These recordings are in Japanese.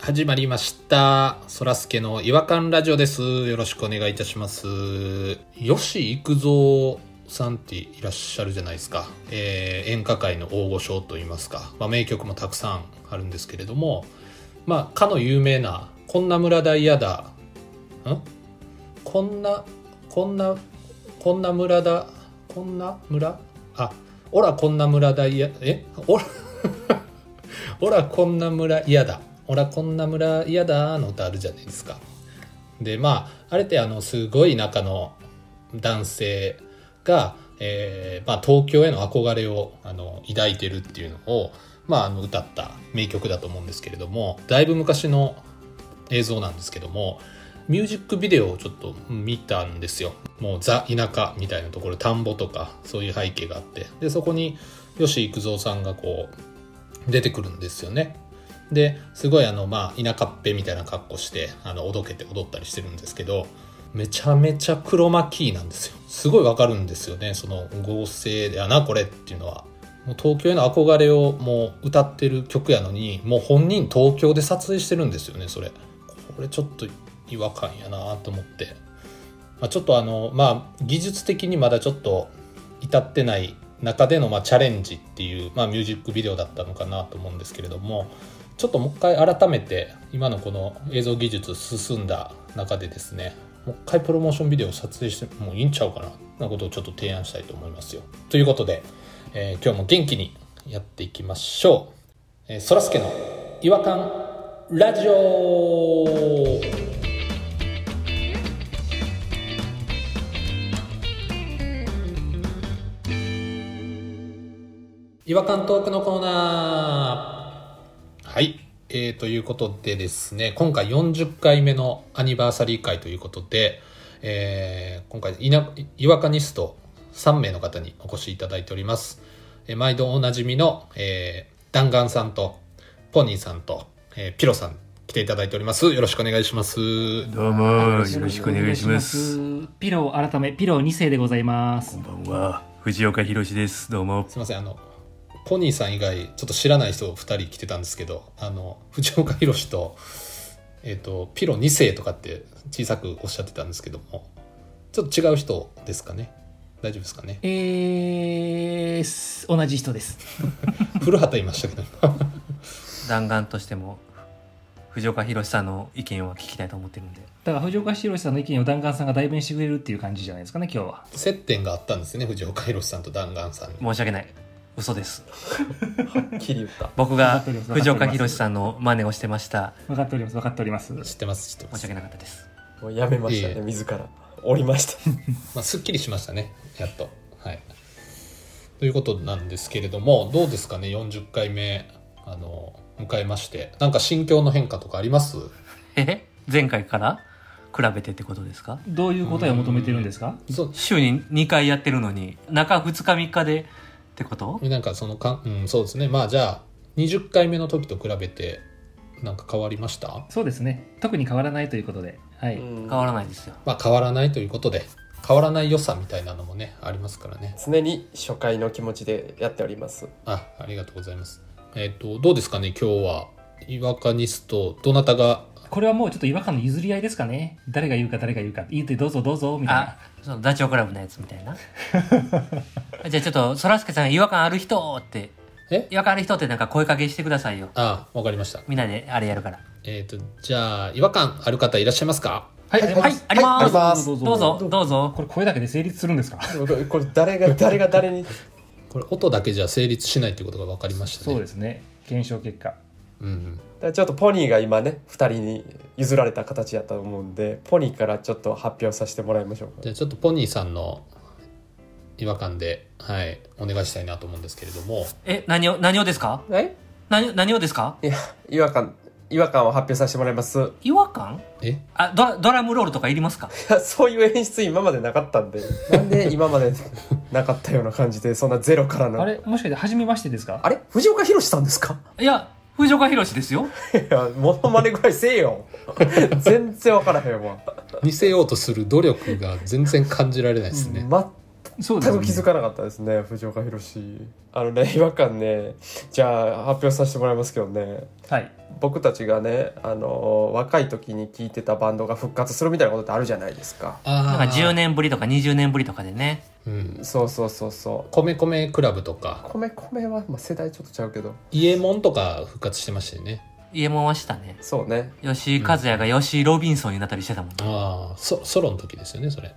始まりました。そらすけの違和感ラジオです。よろしくお願いいたします。吉幾三さんっていらっしゃるじゃないですか。えー演歌界の大御所といいますか、まあ、名曲もたくさんあるんですけれども、まあ、かの有名な、こんな村だ嫌だ、んこんな、こんな、こんな村だ、こんな村あ、おらこんな村だ嫌、えおらオラこんな村嫌だオラこんな村嫌だの歌あるじゃないですかでまああれってあのすごい中の男性が、えーまあ、東京への憧れをあの抱いてるっていうのを、まあ、あの歌った名曲だと思うんですけれどもだいぶ昔の映像なんですけどもミュージックビデオをちょっと見たんですよもうザ田舎みたいなところ田んぼとかそういう背景があってでそこに吉幾三さんがこう出てくるんですよね。ですごいあのまあ田舎っぺみたいな格好してあのおどけて踊ったりしてるんですけどめちゃめちゃクロマキーなんですよすごいわかるんですよねその合成やなこれっていうのはもう東京への憧れをもう歌ってる曲やのにもう本人東京で撮影してるんですよねそれこれちょっと違和感やなと思って、まあ、ちょっとあのまあ技術的にまだちょっと至ってない中でのまあチャレンジっていう、まあ、ミュージックビデオだったのかなと思うんですけれどもちょっともう一回改めて今のこの映像技術進んだ中でですねもう一回プロモーションビデオを撮影してもいいんちゃうかななことをちょっと提案したいと思いますよ。ということで、えー今日も元気にやっていきましょう。えーそらすけの違和感ラジオ違和感トークのコーナーはい、えー、ということでですね今回40回目のアニバーサリー会ということで、えー今回いな違和感ニスト3名の方にお越しいただいております、えー毎度おなじみの、えー、弾丸さんとポニーさんと、えーピロさん来ていただいておりますよろしくお願いしますどうもよろしくお願いします。ピロー改めピロー2世でございますこん。ばんは藤岡弘です。どうもすいませんあのポニーさん以外ちょっと知らない人2人来てたんですけどあの 藤岡弘と,、えっとピロ2世とかって小さくおっしゃってたんですけどもちょっと違う人ですかね大丈夫ですかねえーす、同じ人です。古畑いましたけど今 弾丸としても藤岡弘さんの意見は聞きたいと思ってるんでだから藤岡弘さんの意見を弾丸さんが代弁してくれるっていう感じじゃないですかね、今日は。接点があったんですね藤岡弘さんと弾丸さんに申し訳ない嘘です切り言った僕がわかっております藤岡弘さんの真似をしてました分かっております、分かっております。知ってます知ってま申しす、訳なかったですもうやめましたいえいねえ自ら降りましたまあ、すっきりしましたねやっとはいということなんですけれどもどうですかね40回目あの迎えましてなんか心境の変化とかありますえ前回から比べてってことですかどういう答えを求めてるんですかそう週に2回やってるのに中2日3日でってことなんかそのか、うん、そうですね。まあじゃあ、20回目の時と比べて、なんか変わりましたそうですね。特に変わらないということで。はい。うん変わらないですよまあ変わらないということで、変わらない良さみたいなのもね、ありますからね。常に初回の気持ちでやっておりますあ、ありがとうございます。えっ、と、どうですかね、今日は。違和感ニスト、どなたが、これはもうちょっと違和感の譲り合いですかね。誰が言うか誰が言うか。言ってどうぞどうぞ、みたいあな。そのダチョウ倶楽部のやつみたい なじゃあちょっとそらすけさん違和感ある人ってえ違和感ある人ってなんか声かけしてくださいよあ、わかりました。みんなであれやるからえっ、と、じゃあ、違和感ある方いらっしゃいますかはい、ありはい、あります。ますどうぞ、どうぞ。これ声だけで成立するんですかこれこれ誰が誰が誰にこれ、音だけじゃ成立しないということが分かりましたね。。そうですすね。検証結果。うんうん。だからちょっとポニーが今ね2人に譲られた形やったと思うんでポニーからちょっと発表させてもらいましょうじかゃあちょっとポニーさんの違和感で、はい、お願いしたいなと思うんですけれども。え、何を、何をですかえ何を、何をですかいや違和感違和感を発表させてもらいますい違和感えあドラ、ドラムロールとかいりますかやそういう演出今までなかったんでなんで今までなかったような感じでそんなゼロからのあれ、もしかして初めましてですかあれ藤岡弘さんですかいや、藤岡弘ですよ。いや、モノマネぐらいせえよ。全然わからへんわ。 見せようとする努力が全然感じられないですね。全そうです全ねく気づかなかったですね藤岡弘あのね違和感ねじゃあ発表させてもらいますけどねはい僕たちがねあの若い時に聴いてたバンドが復活するみたいなことってあるじゃないですかあなんか10年ぶりとか20年ぶりとかでねうん。そうそうそうそう米米クラブとか、米米は、まあ、世代ちょっとちゃうけど家門とか復活してましたよね。家もはしたねそうね吉井和也が吉井ロビンソンになったりしてたもんね、ああ、ソソロの時ですよね、それ。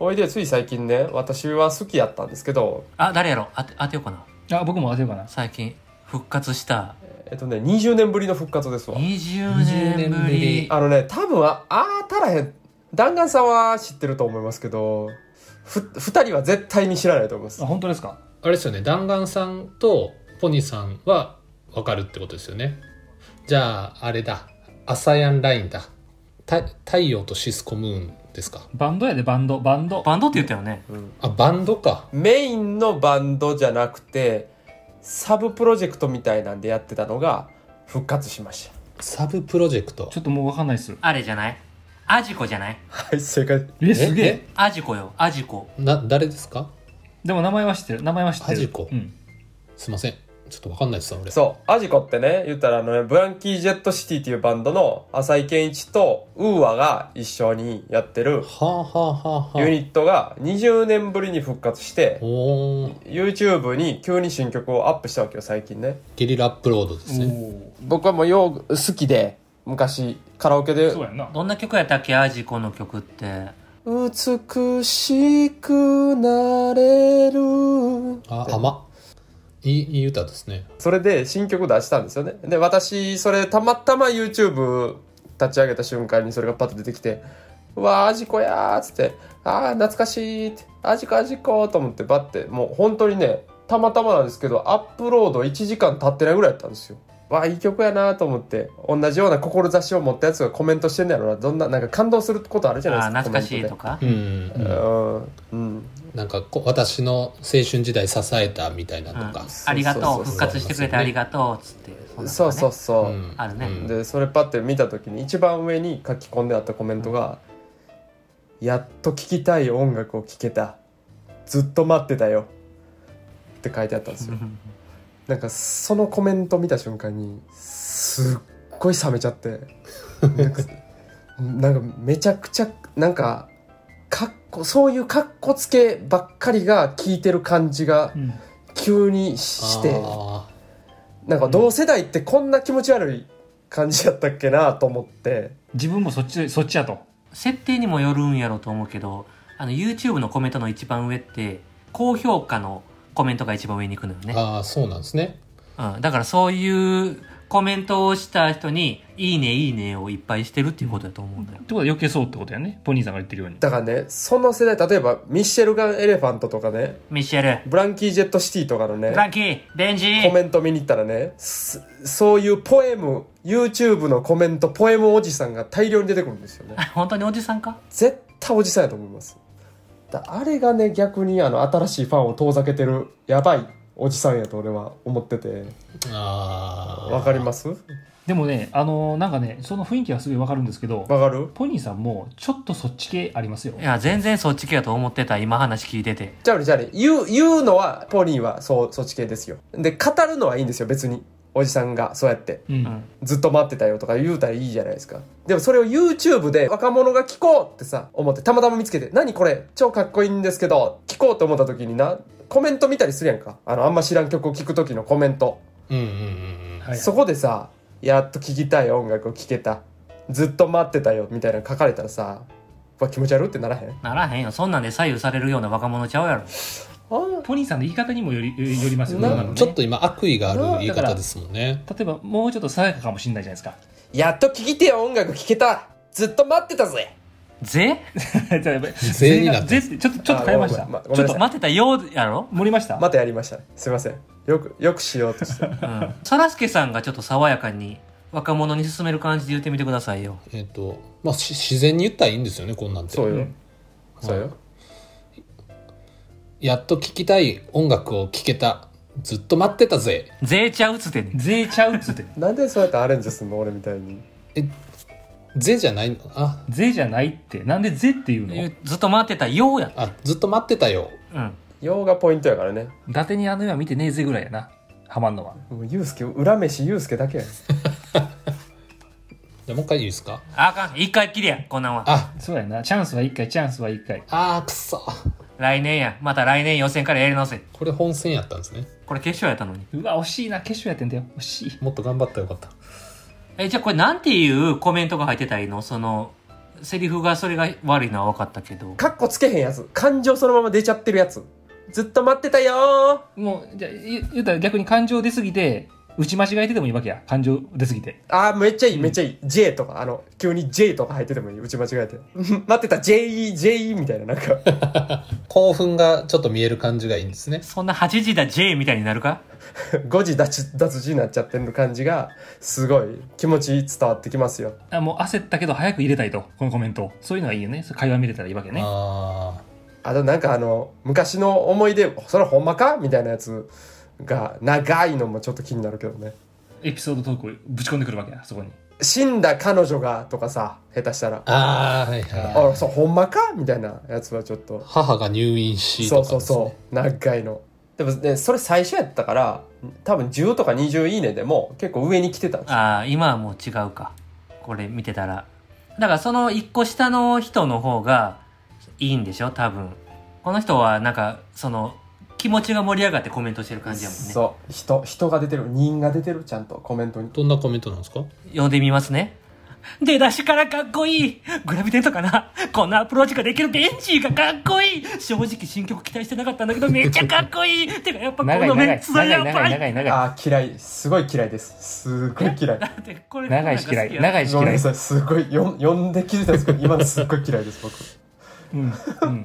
おいでつい最近ね私は好きやったんですけどあ誰やろ当て当てようかなあ僕も当てようかな最近復活したえっとね20年ぶりの復活ですわ20 20年年ぶぶりりあのね多分ああーたらへん弾丸さんは知ってると思いますけどふ2人は絶対に知らないと思いますあ本当ですかあれですよね、弾丸さんとポニーさんはわかるってことですよね。じゃあ、あれだ。アサヤンラインだ。た太陽とシスコムーンですか。バンドやでバンドバンドバンドって言ったよねあ、バンドか。メインのバンドじゃなくてサブプロジェクトみたいなんでやってたのが復活しましたサブプロジェクトち。ょっともうわかんないっすあれじゃないアジコじゃないはい正解えすげええアジコよアジコえな、誰ですかでも名前は知ってる名前は知ってるアジコうんすいません。ちょっとわかんないですわ、俺。そうアジコってね言ったらあのねブランキー・ジェット・シティっていうバンドの浅井健一とウーアが一緒にやってるはあはあはあユはあ。ニットが20年ぶりに復活しておー YouTube に急に新曲をアップしたわけよ最近ねゲリラアップロードですね。僕はもうよう好きで昔カラオケおーでそうやんなどんな曲やったっけアジコの曲って「美しくなれる」あ、甘。いい、いい歌ですね。それで新曲出したんですよねで私それたまたま YouTube 立ち上げた瞬間にそれがパッと出てきて「うわーアジコやー」っつって「あー懐かしい」って「アジコアジコ」と思ってバッてもう本当にねたまたまなんですけどアップロード1時間経ってないぐらいやったんですよわあいい曲やなーと思って同じような志を持ったやつがコメントしてんのやろなどんななんか感動することあるじゃないであす懐かかしいとかかうん。うん、うん、なんかこう、私の青春時代支えたみたいなとか。ありがとうそうそうそう復活してくれてありがとうつってんなのがねそうそうそう、うんあるねうんでそれパッて見た時に一番上に書き込んであったコメントが「やっと聴きたい音楽を聴けたずっと待ってたよ」って書いてあったんですよなんかそのコメント見た瞬間にすっごい冷めちゃってなんかなんかめちゃくちゃなんかかっこそういうかっこつけばっかりが効いてる感じがうん急にして。あなんか同世代ってこんな気持ち悪い感じやったっけなと思って自分もそっちそっちやと設定にもよるんやろうと思うけどあの YouTube のコメントの一番上って高評価のコメントが一番上に行くのよーね、あー、そうなんですね。うん、だからそういうコメントをした人に「いいねいいね」をいっぱいしてるっていうことだと思うんだよってことは余計そうってことやねポニーさんが言ってるようにだからねその世代例えばミシェルガン・エレファントとかねミシェルブランキー・ジェット・シティとかのねフランキーデンジコメーント見に行ったらねすそういうポエム YouTube のコメントポエムおじさんが大量に出てくるんですよね 本当におじさんか絶対おじさんやと思いますだあれがね逆にあの新しいファンを遠ざけてるやばいおじさんやと俺は思っててああ。わかりますわでもねあのーなんかねその雰囲気はすごいわかるんですけどかるポニーさんもちょっとそっち系ありますよいや全然そっち系やと思ってた今話聞いててじゃあね、じゃあね、言う、言うのは、ポニーは、そう、そっち系ですよ。で、語るのはいいんですよ、別に。おじさんが、そうやって。ううんんずっと待ってたよとか言うたらいいじゃないですか。でもそれを YouTube で若者が聞こうってさ、思って、たまたま見つけて、何これ超かっこいいんですけど、聞こうと思った時にな、コメント見たりするやんか。あの、あんま知らん曲を聞く時のコメント。うんうんうんはいそこでさ、やっと聴きたい音楽を聴けた。ずっと待ってたよ、みたいなの書かれたらさ、うわ気持ち悪いってならへんならへんよそんなんで左右されるような若者ちゃうやろあポニーさんの言い方にもよりよりますよねな今うのん。ねちょっと今、悪意がある言い方ですもんね。例えばもうちょっと爽やかかもしれないじゃないですやっと聴きてよ、音楽聴けた。ずっと待ってたぜ。ぜかじゃあやっぱり税になって税ってちょっとちょっと変えましたあごめんごめんちょっごとめんなさい待ってたようやろ盛りましたまたやりましたすいませんよくよくしようとしてうんそらすけさんがちょっと爽やかに若者に勧める感じで言ってみてくださいよえっ、と、まあ、し自然に言ったらいいんですよね、こんなんて。 そうよ、うんそうよやっと聴きたい音楽を聴けた。ずっと待ってたぜ。ぜちゃうつってんねん税ちゃうっつってなんでそうやってアレンジすんの俺みたいにぜじゃないのあ、税じゃないってなんで税っていうのずっと待ってたようやあ、ずっと待ってたよ。うん。洋がポイントやからね伊達にあの絵は見てねえぜぐらいやなハマんのはもうユうスケ裏飯ユうスケだけやじゃあもう一回いいですかあかん。一回きりや、こんなんは。あそうやなチャンスは1回チャンスは1回あーくそ来年や。また来年予選からやり直せ。これ本戦やったんですねこれ決勝やったのに。うわ惜しいな化粧やってんだよ惜しいもっと頑張ったらよかったえ、じゃあこれなんていうコメントが入ってたらいいのその、セリフがそれが悪いのは分かったけど。カッコつけへんやつ感情そのまま出ちゃってるやつずっと待ってたよもうじゃあ言言うたら逆に感情出すぎて打ち間違えててもいいわけや感情出すぎてーあーめっちゃいいめっちゃいい、J とかあの急に J とか入っててもいい打ち間違えて待ってた JEJE みたいななんか 興奮がちょっと見える感じがいいんですねそんな8時だ J みたいになるか誤字脱脱字になっちゃってる感じがすごい気持ち伝わってきますよあもう焦ったけど早く入れたいとこのコメントをそういうのはいいよねそう会話見れたらいいわけねああとなんかあの昔の思い出それほんまかみたいなやつが長いのもちょっと気になるけどねエピソードトークをぶち込んでくるわけやそこに死んだ彼女がとかさ下手したらあああはいあはいそうほんまかみたいなやつはちょっと母が入院しそとうかそうです、ね、そう長いのでもねそれ最初やったから多分10とか20いいねでも結構上に来てたんですよああ、今はもう違うか。これ見てたら。だからその1個下の人の方がいいんでしょ多分。この人はなんか、その、気持ちが盛り上がってコメントしてる感じやもんね。そう人人が出てる人が出てるちゃんとコメントにどんなコメントなんですか読んでみますね。出だしからかっこいいグラビテントかなこんなアプローチができるベンチーがかっこいい正直新曲期待してなかったんだけどめっちゃかっこいいてかやっぱこ長いの長いメンツは長いや長ばいい長い長いああ嫌いすごい嫌いですすごい嫌い だってこれ長いし嫌い長い。いしごめん嫌いなさいすごいよん呼んで気づいたんですけど今のすっごい嫌いです僕うん、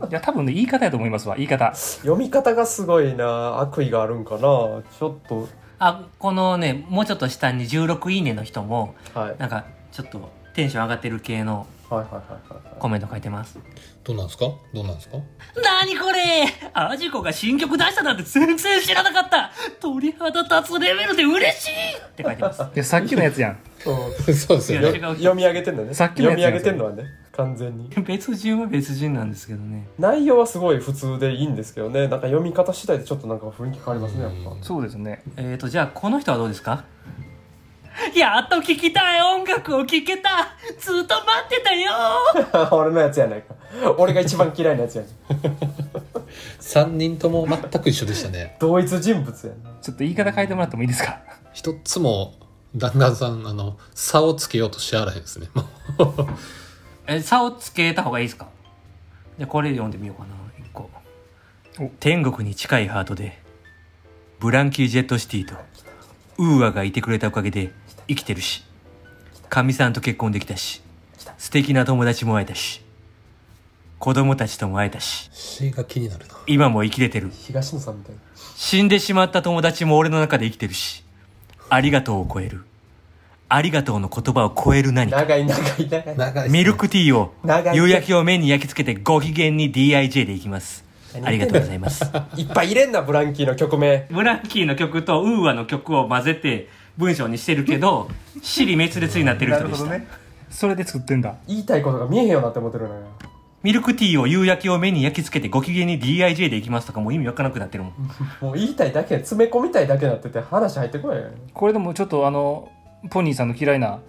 うん、いや多分ね言い方やと思いますわ言い方読み方がすごいな悪意があるんかなちょっとあ、このね、もうちょっと下に16いいねの人も、はいはいなんかちょっとテンション上がってる系のはいはいはいコメント書いてます。どうなんですかどうなんですかなにこれアジコが新曲出したなんて全然知らなかった鳥肌立つレベルで嬉しいって書いてます。いやさっきのやつやんう んそうですよいやねよ違う人読み上げてんだねさっきの読やつやみ上んげてんのはね完全に別人は別人なんですけどね。内容はすごい普通でいいんですけどねなんか読み方次第でちょっとなんか雰囲気変わりますねやっぱそうですねえーと、じゃあこの人はどうですかやっと聴きたい音楽を聴けたずっと待ってたよ 俺のやつやないか俺が一番嫌いなやつやね3人とも全く一緒でしたね同一人物やねちょっと言い方変えてもらってもいいですか一つも弾丸さんあの差をつけようとしあらへんですねもうえ、差をつけた方がいいですかじゃあこれ読んでみようかな、一個お。天国に近いハートで、ブランキー・ジェット・シティと、ウーアがいてくれたおかげで生きてるし、かみさんと結婚できたし、素敵な友達も会えたし、子供たちとも会えたし、詩が気になるな今も生きれてる。東野さんみたいな死んでしまった友達も俺の中で生きてるし、ありがとうを超える。ありがとうの言葉を超える何か。長い長い長い長いっすねミルクティーを長、い夕焼けを目に焼き付けてご機嫌に DIJ でいきます。何ありがとうございます。いっぱい入れんなブランキーの曲名ブランキーの曲とウーアの曲を混ぜて文章にしてるけど、死に滅裂になってる人でした。それで作ってんだ言いたいことが見えへんようになって思ってるのよミルクティーを夕焼けを目に焼き付けてご機嫌に DIJ でいきますとかもう意味わからなくなってるも ん。もう言いたいだけ詰め込みたいだけなってて話入ってこないよねこれでもちょっとあのポニーさんの嫌いな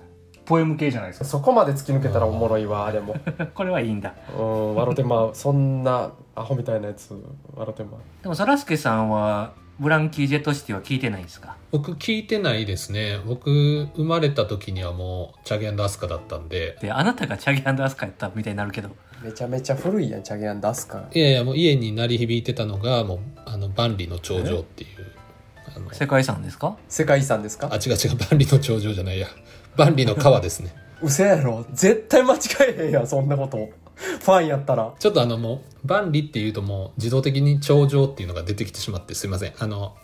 ポエム系じゃないですかそこまで突き抜けたらおもろいわあれもこれはいいんだ。うん笑てまうそんなアホみたいなやつ笑てまうでも、そらすけさんは、ブランキー・ジェット・シティは聞いてないんですか僕聞いてないですね僕生まれた時にはもうチャゲアスカだったんでで、あなたがチャギアスカやったみたいになるけど。めちゃめちゃ古いやんチャゲアン出すからいやいやもう家に鳴り響いてたのがもうあの万里の長城っていうあの世界遺産ですか世界遺産ですかあ違う違う万里の長城じゃないや万里の川ですねうせやろ絶対間違えへんやんそんなことファンやったらちょっとあのもう万里っていうともう自動的に長城っていうのが出てきてしまってすいませんあの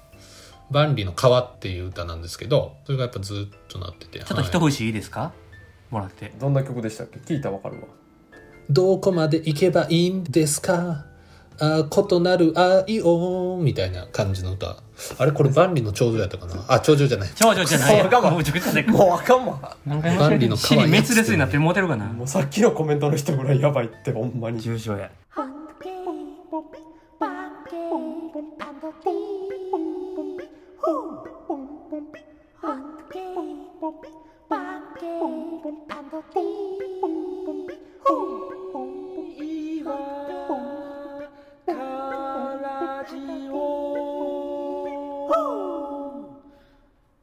万里の川っていう歌なんですけどそれがやっぱずっとなっててちょっとは一節いいですか、もらって。どんな曲でしたっけ聞いたらわかるいわどこまで行けばいいんですかあ異なる愛をみたいな感じの歌あれこれ万里の長城やったかなあ長城じゃない長女じゃないや。そうかももうちょっとねもうあかんわ何回万里ての死川にや滅裂になってモテるかなもうさっきのコメントの人ぐらいやばいってほんまに重症や。 Humpty, Bumpy,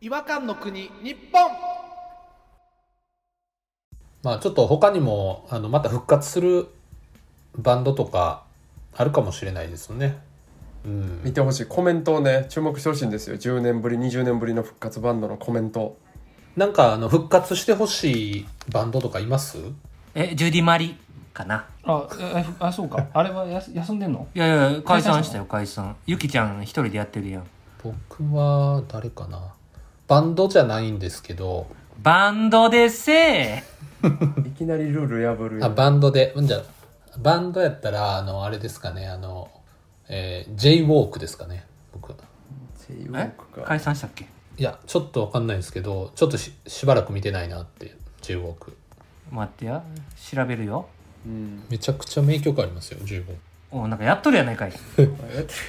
和漢の国日本まあちょっと他にもあのまた復活するバンドとかあるかもしれないですね。うん、見てほしいコメントをね注目してほしいんですよ10年ぶり20年ぶりの復活バンドのコメントなんかあの復活してほしいバンドとかいますえ、ジュディ・マリかな。あえあそうかあれはやす休んでんのいやいや、解散したよ、解散。ゆきちゃん一人でやってるやん。僕は誰かなバンドじゃないんですけどバンドでせーいきなりルール破るあよバンドでうんじゃバンドやったらあのあれですかねあの、えー、j ウォークですかね僕え解散したっけいやちょっとわかんないですけどちょっとししばらく見てないなって j ウォーク待ってや。調べるよ。うんめちゃくちゃ名曲ありますよ j ウォークおなんかやっとるやないかい。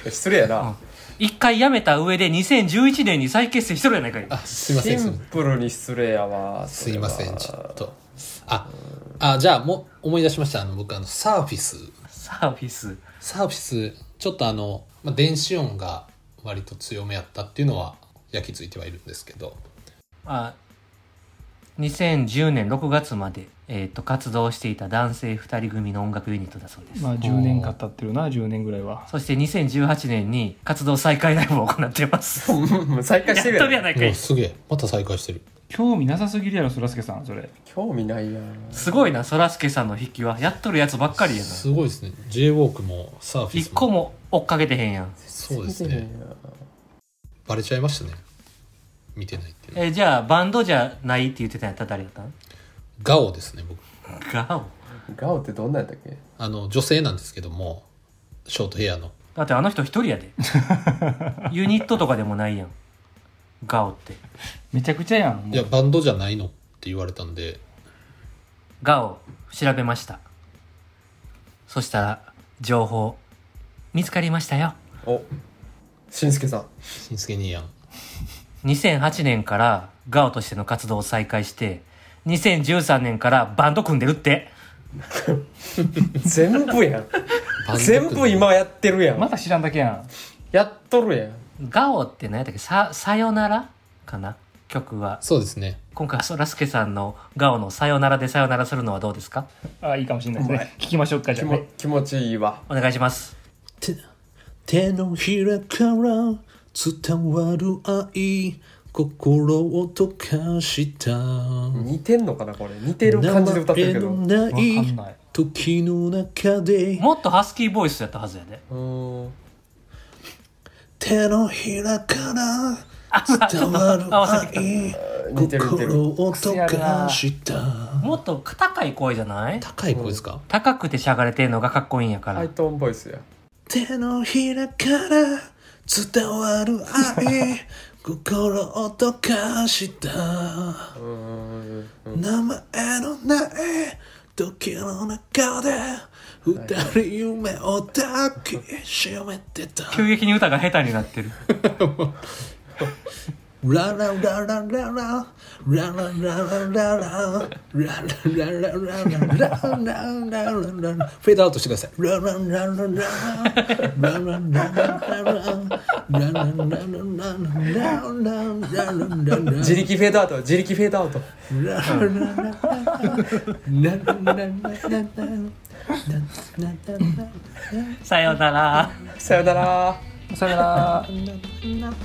失礼やな、一回やめた上で2011年に再結成しとるやないかい。あすいませんすシいまンプルに失礼やわせんすいませんちょっ とああじゃあもう思い出しましたあの僕あのサーフィスサービス。サーフィスちょっとあの、まあ、電子音が割と強めやったっていうのは焼き付いてはいるんですけどあ2010年6月まで、えー、と活動していた男性2人組の音楽ユニットだそうです、まあ10年間経ってるな10年ぐらいはそして2018年に活動再開ライブを行っていますやっと再開してるとるややんないかういわすげえまた再開してる興味なさすぎるやろそらすけさんそれ興味ないやんすごいなそらすけさんの筆記はやっとるやつばっかりやなすごいですね j ウォークもサーフィ一ス個もも追っかけてへんやん、そうです見てへねんやんバレちゃいましたね見てないっていうのえーじゃあバンドじゃないって言ってたんやったら誰やったんガオですね僕ガオガオってどんなんやったっけあの女性なんですけどもショートヘアのだってあの人一人や でユニットとかでもないやんガオってめちゃくちゃやんもういやバンドじゃないのって言われたんでがを調べましたそしたら情報見つかりましたよおしんすけさんしんすけ兄やん2008年からガオとしての活動を再開して2013年からバンド組んでるって全部 やんバンド全部今やってるやまんだ知らんだけややっとるやんガオって何やったっけささよならかな曲はそうですね今回はそらすけさんのガオのさよならでさよならするのはどうですかんあいいかもしれないですね聞きましょうかじ気ゃあ、も気持ちいいわお願いします手手のひらから伝わる愛心を溶かした似てんのかなこれ似てる感じで歌ってるけど名う前のわかんなないい時の中でもっとハスキーボイスやったはずやでーん手のひらからあちょっと伝わる合わせてき愛似てる似て心るを溶かしたたもっと高い声じゃない高い声ですか高くてしゃがれてんのがかっこいいんやから、ハイトーンボイスや手のひらから伝わる 愛心を溶かしたうーん名前のない時の中で二人夢を抱きしめてた急激に歌が下手になってるラララララララララララララララララララララララフェードアウトしてくださいララララララララララララララララララララララ自力フェードアウト自力フェードアウトさようなら。さよならさよなら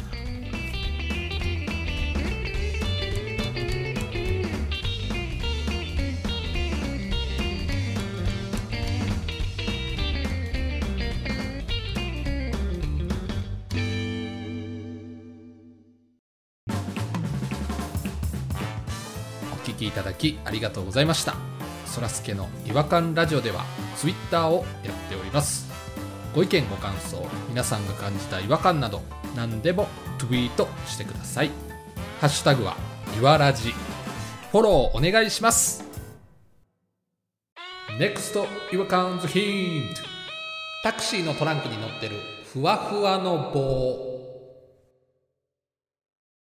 お聞きいただきありがとうございましたそらすけの違和感ラジオではツイッターをやっておりますご意見ご感想皆さんが感じた違和感など何でもツイートしてくださいハッシュタグはいわらじフォローお願いします NEXT 違和感ズヒントタクシーのトランクに乗ってるふわふわの棒